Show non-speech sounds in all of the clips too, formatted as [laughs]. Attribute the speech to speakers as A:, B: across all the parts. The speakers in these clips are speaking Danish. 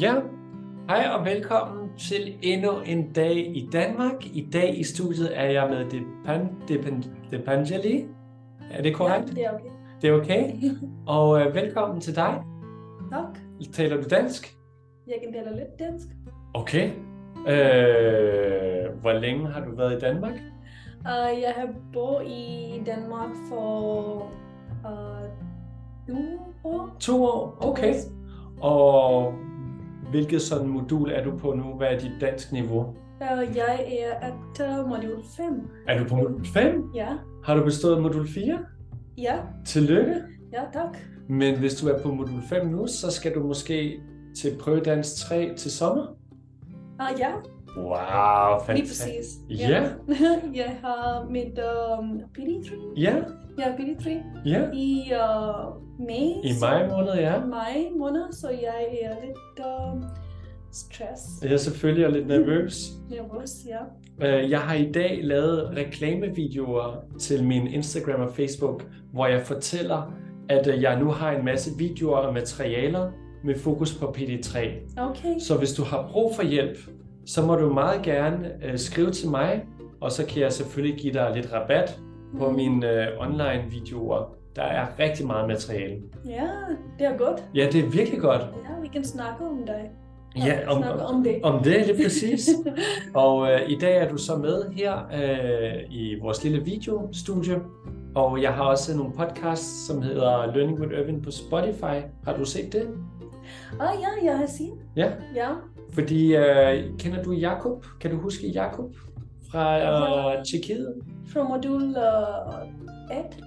A: Ja, hej og velkommen til endnu en dag i Danmark. I dag i studiet er jeg med Depan, Depan, Depanjali. Er det korrekt?
B: Ja, det er okay.
A: Det er okay. Og øh, velkommen til dig.
B: Tak.
A: Taler du dansk?
B: Jeg kan tale lidt dansk.
A: Okay. Øh, hvor længe har du været i Danmark?
B: Uh, jeg har boet i Danmark for uh, to år.
A: To år. Okay. Og hvilket sådan modul er du på nu? Hvad er dit dansk niveau?
B: Uh, jeg er at uh, modul 5.
A: Er du på modul 5?
B: Ja,
A: Har du bestået modul 4?
B: ja,
A: Tillykke.
B: ja, tak.
A: Men hvis du er på modul 5 nu, så skal du måske til prøvedans 3 til sommer.
B: Uh, ja,
A: Wow,
B: lige præcis.
A: Ja.
B: [laughs] jeg har mit um, PD3.
A: Ja,
B: Jeg er PD3
A: ja.
B: i uh, maj.
A: I maj måned, ja.
B: maj måned, så jeg er lidt uh, stress.
A: Jeg er selvfølgelig er lidt nervøs.
B: Nervøs, ja.
A: Øh, Jeg har i dag lavet reklamevideoer til min Instagram og Facebook, hvor jeg fortæller, at øh, jeg nu har en masse videoer og materialer med fokus på PD3.
B: Okay.
A: Så hvis du har brug for hjælp, så må du meget gerne øh, skrive til mig, og så kan jeg selvfølgelig give dig lidt rabat på mine øh, online-videoer. Der er rigtig meget materiale.
B: Ja, det er godt.
A: Ja, det er virkelig godt.
B: Ja, vi kan snakke om dig.
A: Ja, om,
B: snakke om [laughs] det.
A: om det lige [laughs] præcis. Og øh, i dag er du så med her øh, i vores lille videostudie. Og jeg har også nogle podcasts, som hedder Learning with Irvin på Spotify. Har du set det?
B: ah ja, jeg har set.
A: Ja.
B: Ja,
A: Fordi, øh, kender du Jakob? Kan du huske Jakob fra
B: Ja.
A: øh, Tjekkiet?
B: fra modul uh,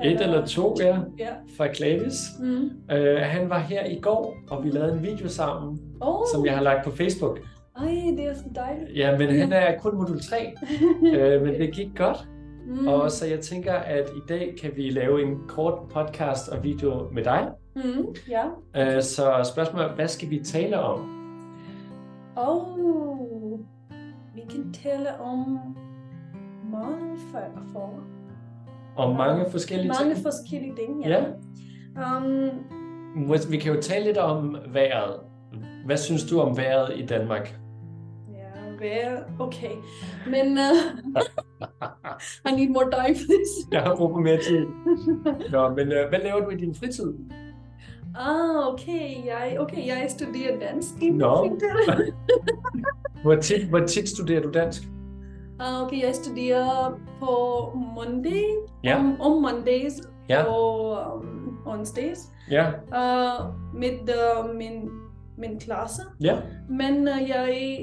B: 1.
A: Et eller to, ja,
B: Ja.
A: fra Klavis.
B: Mm.
A: Øh, han var her i går, og vi lavede en video sammen,
B: Oh,
A: som jeg har lagt på Facebook.
B: Ej, det er så
A: [laughs]
B: dejligt.
A: Ja, men han er kun modul
B: [laughs]
A: 3,
B: Hmm,
A: øh, men det gik godt.
B: mm.
A: Og så jeg tænker, at i dag kan vi lave en kort podcast og video med dig.
B: Mm. Ja.
A: Øh, så spørgsmålet er, hvad skal vi tale om?
B: Oh, vi kan tale om mange for, for
A: Om mange forskellige
B: mange
A: ting.
B: forskellige ting.
A: Ja.
B: Um,
A: Mås- Vi kan jo tale lidt om vejret. Hvad synes du om vejret i Danmark?
B: ja, well, okay. Men uh, [laughs] I need more time, please.
A: Jeg har brug for mere
B: [laughs]
A: tid. Nå, men øh, hvad laver du i din fritid?
B: Ah, okay. Jeg, okay, jeg studerer dansk i
A: Nå.
B: min fritid.
A: Hvor tit, hvor tit studerer du dansk?
B: Ah, okay, jeg studerer på Monday.
A: Ja.
B: Om, om Mondays
A: Ja.
B: og um, onsdays.
A: Ja,
B: Uh, med uh, min, min klasse.
A: ja,
B: Men uh, jeg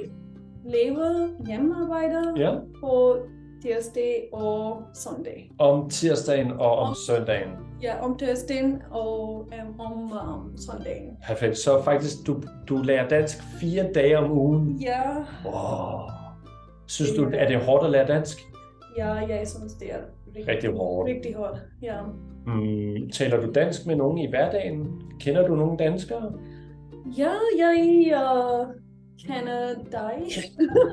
B: laver hjemmearbejder
A: ja.
B: på tirsdag og søndag.
A: Om tirsdagen og om søndagen.
B: Ja, om tirsdagen og um, om um, søndagen.
A: Perfekt. Så faktisk, du, du lærer dansk fire dage om ugen.
B: Ja,
A: Wow. Synes du, er det hårdt at lære dansk?
B: ja, jeg synes, det er rigtig,
A: Rigtig hårdt.
B: rigtig hårdt. Ja.
A: Mm, taler du dansk med nogen i hverdagen? Kender du nogen danskere?
B: Ja, jeg uh, kender dig.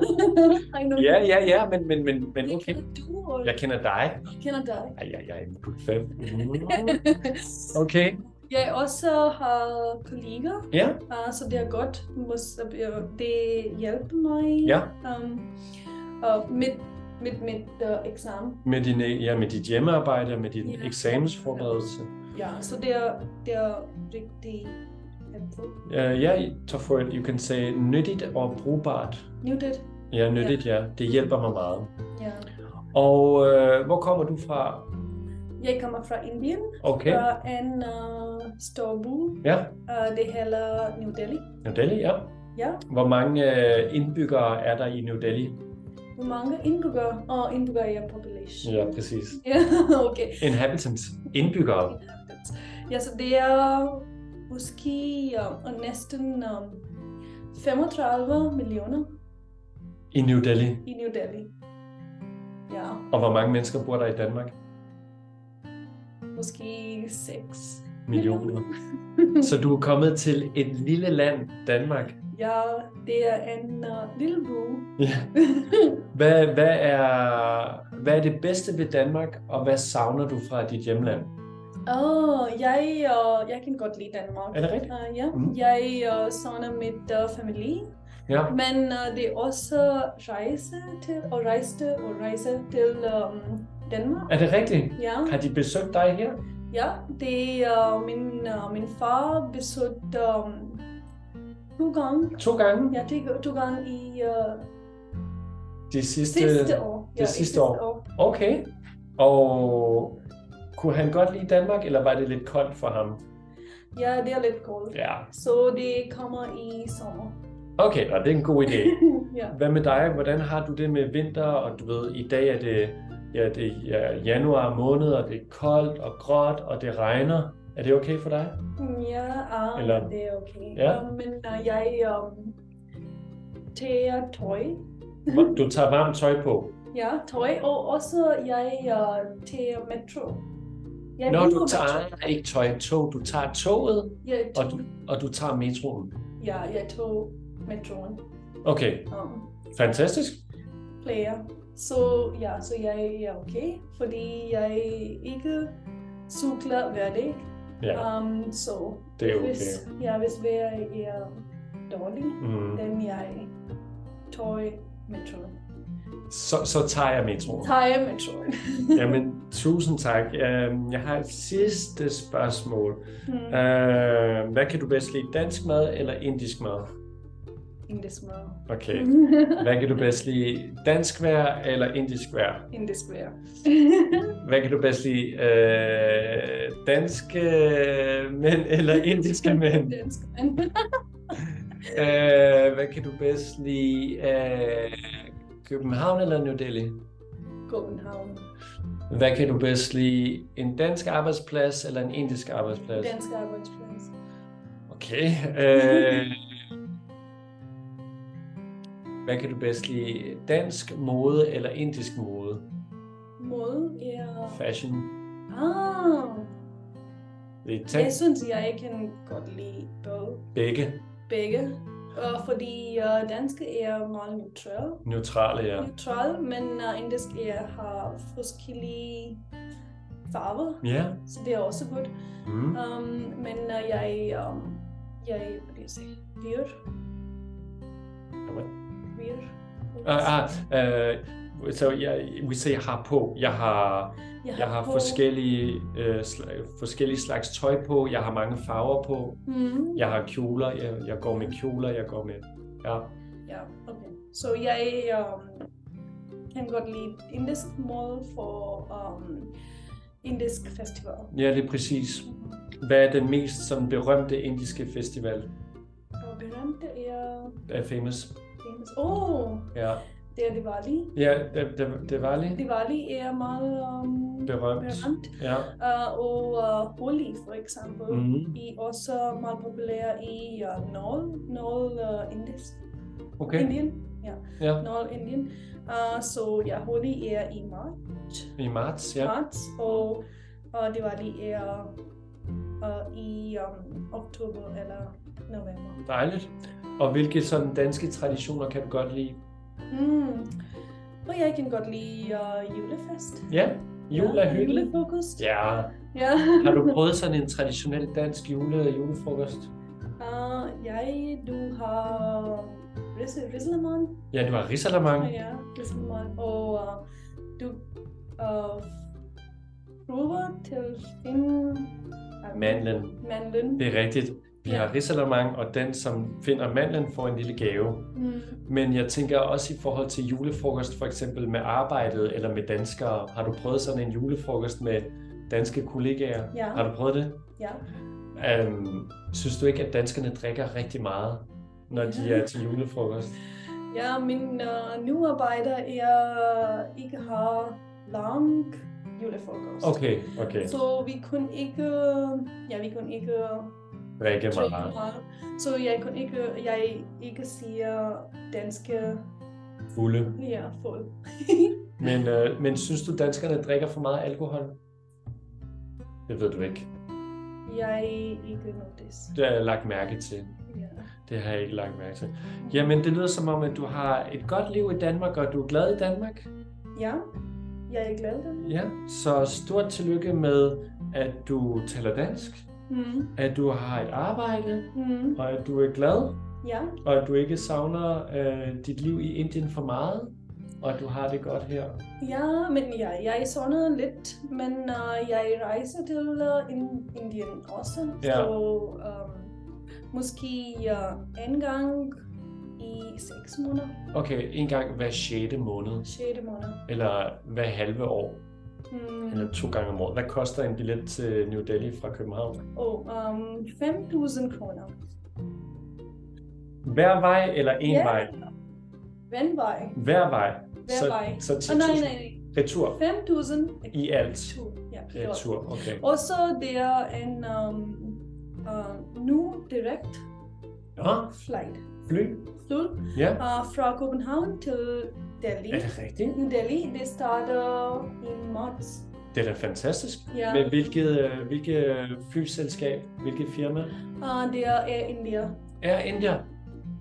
B: [laughs] I know
A: Ja, ja, ja, men, men, men, men
B: Jeg
A: okay.
B: kender du, og
A: Jeg kender dig.
B: jeg kender dig.
A: Ej, ej, ej, modul 5. [laughs] Okay,
B: Jeg også har kolleger,
A: ja,
B: uh, så det er godt. Mås- øh, Det hjælper mig
A: ja.
B: um, uh, med, med mit uh, eksamen.
A: Med, din, ja, med dit hjemmearbejde, med din
B: Ja.
A: eksamensforberedelse.
B: Ja, så det er, det er rigtig helpful.
A: Uh, ja, så for you can say nyttigt og brugbart.
B: Muted.
A: Ja, nyttigt, ja. Det hjælper mig meget.
B: Ja.
A: Og øh, hvor kommer du fra?
B: Jeg kommer fra Indien,
A: Okay,
B: fra en uh, stor by.
A: ja.
B: Uh, det hedder New Delhi.
A: New Delhi, ja.
B: Ja.
A: Hvor mange øh, indbyggere er der i New Delhi?
B: Hvor mange indbyggere? Åh, oh, indbyggere er population.
A: Ja, præcis.
B: Ja, [laughs] okay.
A: Inhabitants. Indbyggere.
B: Ja, så det er måske uh, næsten um, 35 millioner
A: I New Delhi.
B: i New Delhi. Ja,
A: Og hvor mange mennesker bor der i Danmark?
B: måske 6. [laughs]
A: Millioner. Så du er kommet til et lille land, Danmark.
B: Ja, det er en uh, lille
A: [laughs]
B: by.
A: Ja. Hvad, hvad, er, hvad er det bedste ved Danmark, og hvad savner du fra dit hjemland?
B: Åh, oh, jeg, uh, jeg kan godt lide Danmark.
A: Er det rigtigt?
B: Uh, ja.
A: Mm.
B: Mm. Jeg uh, savner mit uh, familie,
A: Ja.
B: men uh, det er også rejse til, og rejse til, og rejse til um, Danmark.
A: Er det rigtigt?
B: Ja,
A: Har de besøgt dig her?
B: ja det er uh, min, uh, min far besøgte um, to gange.
A: To gange
B: Ja, to, to gange i uh,
A: de sidste...
B: sidste år.
A: det
B: ja, i
A: sidste år. Okay. Og kunne han godt lide Danmark, eller var det lidt koldt for ham?
B: Ja, det er lidt koldt.
A: Ja.
B: Så det kommer i sommer. [clears throat]
A: Okay, nå, det er en god idé.
B: ja.
A: Hvad med dig? Hvordan har du det med vinter? Og du ved, i dag er det, ja, det er januar måned, og det er koldt og gråt, og det regner. Er det okay for dig?
B: Ja,
A: Eller-
B: um, Eller... det er okay.
A: Ja.
B: Um, men uh, jeg um, tager tøj.
A: Hvor- Du tager varmt tøj på.
B: Ja, tøj. Og også jeg uh, tager metro. Jeg
A: Når
B: bruger
A: du tager ikke tøj, tog, du tager toget,
B: Jeg
A: og
B: tog,
A: du, og du tager metroen.
B: Ja, jeg tog metroen.
A: Okay,
B: Um,
A: fantastisk.
B: player. Så ja, så jeg er okay, fordi jeg ikke cykler hver dag.
A: Ja,
B: Um, så
A: det er okay.
B: hvis, ja, hvis vejret er dårligt,
A: Mm.
B: den jeg tog metroen.
A: Så, så tager jeg metroen.
B: Tager metroen.
A: [laughs] Jamen, tusind tak. Øhm, Jeg har et sidste spørgsmål.
B: Mm.
A: Øh, Hvad kan du bedst lide? Dansk mad eller indisk mad?
B: In this world.
A: Okay. Hvad kan du bedst lide? Dansk vejr eller indisk vejr?
B: [laughs] In this
A: [laughs]
B: world.
A: Hvad kan du bedst lide? Øh, danske mænd eller
B: [laughs]
A: indiske mænd?
B: Dansk.
A: Øh, hvad kan du bedst lide? Øh, København eller New Delhi?
B: København.
A: Hvad kan du bedst lide? En dansk arbejdsplads eller en indisk arbejdsplads?
B: Dansk arbejdsplads.
A: Okay. Øh, hvad kan du bedst lide? Dansk mode eller indisk mode?
B: Måde er...
A: Fashion?
B: Ah,
A: Det er
B: jeg
A: tænkt
B: synes, jeg kan godt lide både
A: begge
B: begge. Og fordi uh, danske er meget neutral,
A: neutrale, ja.
B: neutral men uh, indisk er har forskellige farver,
A: Ja.
B: så det er også godt.
A: Mm.
B: Um, men uh, jeg, um, jeg, hvad kan jeg sige, Vir. Vir.
A: Uh, uh, uh, so, yeah, we say jeg har på. Jeg har, jeg har
B: på-
A: forskellige, uh, sl- forskellige slags tøj på. Jeg har mange farver på.
B: Mm.
A: Jeg har kjoler. Jeg, jeg går med kjoler. Jeg går med... Ja.
B: Ja, okay. Så jeg um, kan godt lide indisk mål for um, indisk festival.
A: ja, det er præcis. Hvad er den mest sådan, berømte indiske festival
B: Og berømte er
A: er famous?
B: famous. Oh,
A: Ja,
B: det er Diwali.
A: ja det, det, det var lige
B: Diwali er meget um,
A: berømt.
B: berømt.
A: Ja.
B: Uh, og uh, Holi for eksempel. Mm.
A: Mm.
B: I er også meget populære i uh, Norge, Norge uh, indisk.
A: Okay,
B: Indien. Ja,
A: ja.
B: Norge Indien. Uh, så ja, Holi er i marts.
A: I marts, ja.
B: marts, og, og det var lige er, uh, i um, oktober eller november.
A: Dejligt. Og hvilke sådan danske traditioner kan du godt lide?
B: Mm. Og jeg kan godt lide uh, julefest.
A: Ja, jul er
B: ja,
A: hyggeligt.
B: Julefrokost.
A: Ja,
B: ja.
A: har du prøvet sådan en traditionel dansk jule julefrokost?
B: Uh, jeg, du har um, Risse- Rislemann.
A: Ja, det var risalamang.
B: Ja, Rislemann. Og uh, du uh, prøver til din... uh,
A: Mandlen.
B: Mandlen.
A: Det er rigtigt. Vi
B: Ja.
A: har risalamang, og den, som finder mandlen, får en lille gave.
B: Mm.
A: Men jeg tænker også i forhold til julefrokost, for eksempel med arbejdet eller med danskere. Har du prøvet sådan en julefrokost med danske kollegaer?
B: Ja.
A: Har du prøvet det?
B: Ja.
A: Um, synes du ikke, at danskerne drikker rigtig meget, når de er til julefrokost?
B: Ja, min uh, nye arbejder er ikke har lang julefrokost.
A: Okay, okay.
B: Så vi kunne ikke, ja, vi kunne ikke
A: Drikke
B: drikke
A: meget.
B: meget. Så jeg kunne ikke, jeg ikke siger danske,
A: Fulde.
B: ja, fuld.
A: Men, øh, men synes du, danskerne drikker for meget alkohol? Det ved du ikke.
B: [laughs] Jeg ikke notice.
A: Det har jeg lagt mærke til.
B: Ja.
A: Det har jeg ikke lagt mærke til. Jamen, det lyder som om, at du har et godt liv i Danmark, og du er glad i Danmark.
B: ja, jeg er glad.
A: Ja, så stort tillykke med at du taler dansk,
B: Mm.
A: at du har et arbejde,
B: Mm.
A: og at du er glad,
B: Ja,
A: og at du ikke savner øh, dit liv i Indien for meget, og at du har det godt her.
B: ja, men ja, jeg savnede lidt, men uh, jeg rejser til uh, in, Indien også.
A: Ja.
B: Så um, måske uh, en gang i seks måneder,
A: Okay, en gang hver 6. måned,
B: sjette måned.
A: eller hver halve år,
B: Mm.
A: eller to gange om året. Hvad koster en billet til New Delhi fra København?
B: Og um, 5.000 kroner.
A: Hver vej eller en
B: Ja.
A: vej?
B: Hvem vej?
A: Hver vej.
B: Hver
A: så,
B: vej.
A: Så
B: Oh,
A: 10.000
B: nej, nej,
A: retur.
B: nej. 5.000
A: I alt.
B: Tur, Ja, pilot.
A: Retur, okay.
B: Also, they are an um, uh, new direct
A: Ja,
B: flight
A: fly.
B: so,
A: Ja.
B: uh, from Copenhagen to Delhi.
A: Er det rigtigt?
B: New Delhi, they start uh, in March.
A: Det er da fantastisk.
B: Ja.
A: Men hvilket, øh, hvilket øh, flyselskab, hvilket firma
B: Uh, they are Air India.
A: er India?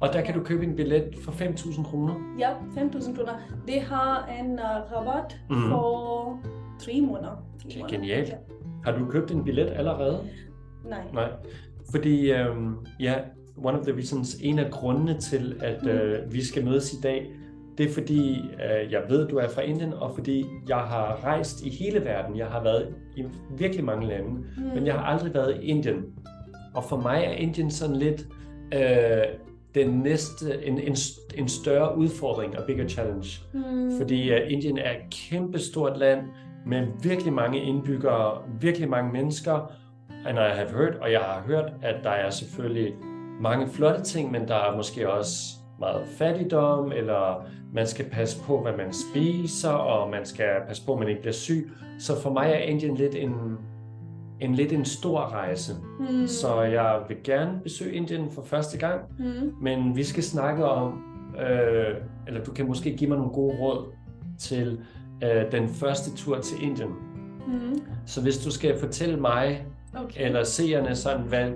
A: Og der kan du købe en billet for 5.000 kroner.
B: Yeah, 5,000 kroner. They have an uh, rabat
A: Mhm.
B: for three måneder. Three
A: Det er
B: måneder.
A: genialt.
B: Ja.
A: Har du købt en billet allerede?
B: Nej.
A: Nej. Fordi øhm, ja, one of the reasons, en af grundene til, at
B: Mm.
A: øh, vi skal mødes i dag, det er fordi, øh, jeg ved, du er fra Indien, og fordi jeg har rejst i hele verden. Jeg har været i virkelig mange lande.
B: Mm.
A: men jeg har aldrig været i Indien. Og for mig er Indien sådan lidt øh, den næste, en, en, en større udfordring og bigger challenge.
B: Mm.
A: Fordi øh, Indien er et kæmpestort land med virkelig mange indbyggere, virkelig mange mennesker. And I have heard, og jeg har hørt, at der er selvfølgelig mange flotte ting, men der er måske også meget fattigdom, eller man skal passe på, hvad man spiser, og man skal passe på, at man ikke bliver syg. Så for mig er Indien lidt en, en lidt en stor rejse.
B: Mm.
A: uh, Så jeg vil gerne besøge Indien for første gang,
B: Mm.
A: men vi skal snakke om, øh, eller du kan måske give mig nogle gode råd til øh, den første tur til Indien.
B: Mm.
A: Så hvis du skal fortælle mig
B: Okay.
A: eller seerne sådan, hvad,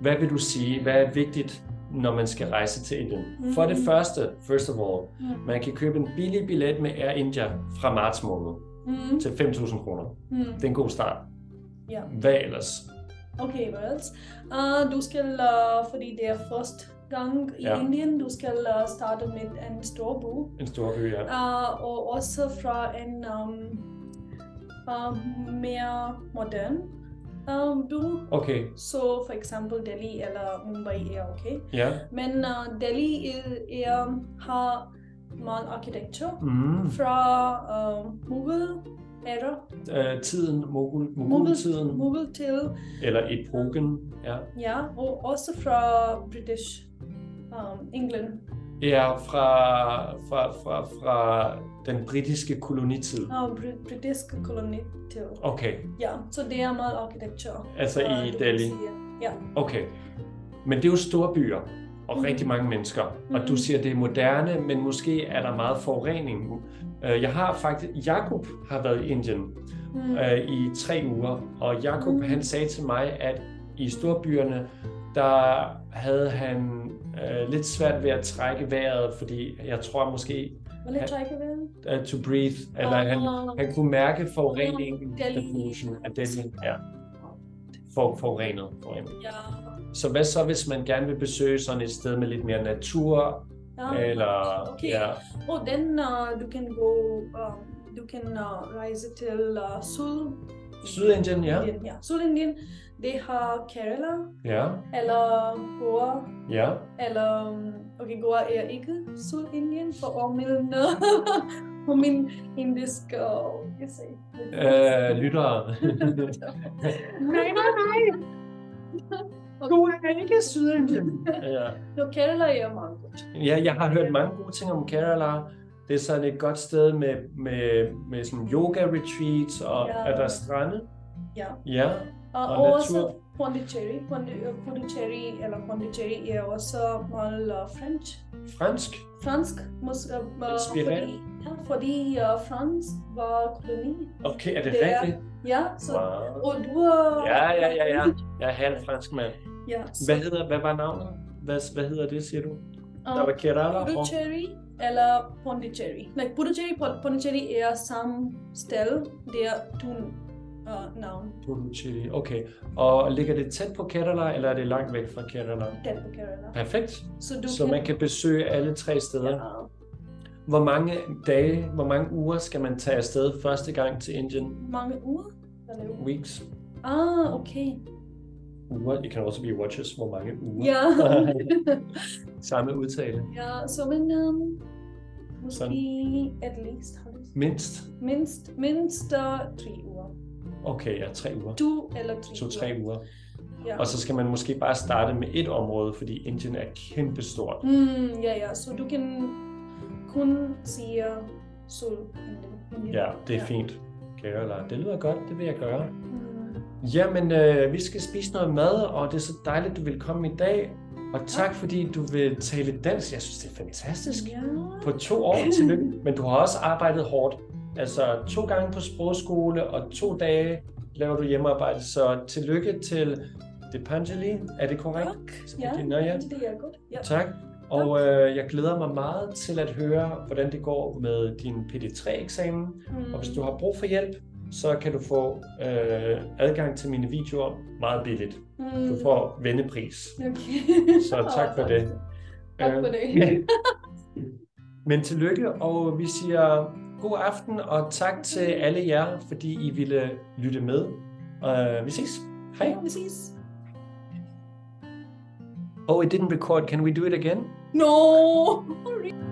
A: hvad vil du sige, hvad er vigtigt, når man skal rejse til Indien? Mm. For det
B: Mhm.
A: første, first of all,
B: Mm.
A: man kan købe en billig billet med Air India fra marts måned
B: Mm.
A: til 5.000 kroner.
B: Mm.
A: Det er en god start.
B: Ja.
A: Hvad ellers?
B: Okay, hvad else? Uh, du skal, uh, fordi det er første gang i
A: Ja.
B: ja. Indien, du skal uh, starte med en stor bog.
A: En stor by, ja.
B: Uh, og også fra en um, uh, mere modern um, bog.
A: Okay,
B: Så for eksempel Delhi eller Mumbai er okay.
A: ja.
B: Men uh, Delhi er, er, har meget arkitektur
A: Mm.
B: fra uh, Mughal era,
A: øh, tiden, mogul, mogultiden,
B: Mughal, Mughal til
A: eller epoken, ja,
B: Ja, og også fra British um, England.
A: er fra, fra, fra, fra den britiske kolonitid.
B: Uh, br- britisk koloni til.
A: Okay,
B: Ja, så det er meget arkitektur.
A: altså
B: øh,
A: i
B: du kan
A: Delhi.
B: sige. Ja.
A: Okay, men det er jo store byer og
B: Mhm.
A: rigtig mange mennesker, og du
B: Mhm.
A: siger, det er moderne, men måske er der meget forurening. Øh, Jeg har faktisk, Jakob har været i Indien,
B: Mm.
A: øh, i tre uger, og Jakob mm.
B: Mm.
A: han sagde til mig, at i storbyerne, der havde han øh, lidt svært ved at trække vejret, fordi jeg tror måske,
B: Vil jeg trække vejret?
A: uh, to breathe, eller
B: Ah,
A: han, han kunne mærke forureningen,
B: Delhi.
A: the pollution af Delhi, ja. For, forurenet, forurenet.
B: Ja.
A: Så hvad så, hvis man gerne vil besøge sådan et sted med lidt mere natur,
B: ja.
A: eh, eller
B: Ah, Okay.
A: ja,
B: Og den, uh, du kan gå, uh, du kan uh, rejse til uh, Syd.
A: Sydindien, ja.
B: Indien, ja. Sydindien. Det har Kerala,
A: ja,
B: eller Goa,
A: ja,
B: Eller, um, okay, Goa er ikke Sydindien, for om min, [laughs] for min indisk, uh, jeg sagde.
A: øh, lyttere.
B: [laughs] nej, nej,
A: [laughs]
B: nej.
A: er ikke Sydindien. Ja.
B: No, Kerala er meget godt.
A: Ja, jeg har hørt mange gode ting om Kerala. Det er sådan et godt sted med, med, med sådan yoga retreats, og ja.
B: Ja.
A: er der strande?
B: Ja.
A: Ja,
B: Uh,
A: Og
B: og også
A: natur.
B: Pondicherry. Pondi- øh, Pondicherry, eller Pondicherry er også meget uh, french.
A: fransk.
B: Fransk, mus, uh,
A: Inspireret.
B: fordi, ja, fordi uh, Frans var koloni.
A: Okay, er det
B: Det er-
A: rigtigt?
B: Ja, så...
A: Wow.
B: Og du er...
A: Ja, ja, ja, ja. Jeg er halv fransk mand.
B: ja så,
A: Hvad, hedder, hvad var navnet? Hvad, hvad hedder det, siger du?
B: um,
A: Der var Kerala og...
B: Puducherry eller Pondicherry. Nej, Puducherry og Pondicherry er samme sted. Det er to uh, navn,
A: Puducherry. Okay. Og ligger det tæt på Kerala, eller er det langt væk fra Kerala?
B: tæt på Kerala.
A: Perfekt.
B: Så du
A: Så man kan besøge alle tre steder.
B: Ja.
A: Hvor mange dage, hvor mange uger skal man tage afsted første gang til Indien?
B: Mange uger? Eller uger?
A: Weeks,
B: Ah, okay. [laughs]
A: uger. It can also be watches, hvor mange uger.
B: Ja,
A: [laughs] Samme udtale.
B: ja så men um, måske
A: Sådan.
B: at least, har du-
A: Mindst.
B: mindst, mindst uh, tre uger.
A: Okay, ja, tre uger.
B: To eller tre
A: To, tre uger.
B: Ja.
A: Og så skal man måske bare starte med et område, fordi Indien er kæmpestort.
B: Mm, ja, ja, så du kan kun sige øh, sol.
A: Ja, det er fint. Kerala, det lyder godt, det vil jeg gøre.
B: Mm.
A: Jamen, øh, vi skal spise noget mad, og det er så dejligt, du vil komme i dag. Og tak, fordi du vil tale dansk. Jeg synes, det er fantastisk.
B: Ja.
A: På to år,
B: [laughs]
A: tillykke. Men du har også arbejdet hårdt. Altså to gange på sprogskole, og to dage laver du hjemmearbejde. Så tillykke til Depanjali. Er det korrekt?
B: Tak.
A: Så
B: Ja,
A: det- nå ja.
B: det er godt. Ja.
A: Tak. Og øh, jeg glæder mig meget til at høre, hvordan det går med din PD3-eksamen.
B: Mm.
A: Og hvis du har brug for hjælp, så kan du få øh, adgang til mine videoer meget billigt.
B: mm.
A: Du får vendepris.
B: Okay.
A: Så
B: [laughs]
A: tak for det.
B: Tak for
A: Øh,
B: det.
A: Men tillykke, og vi siger god aften, og tak til alle jer, fordi I ville lytte med. Uh, vi ses. Hej.
B: Ja, vi ses.
A: [laughs] Oh, it didn't record. Can we do it again?
B: No!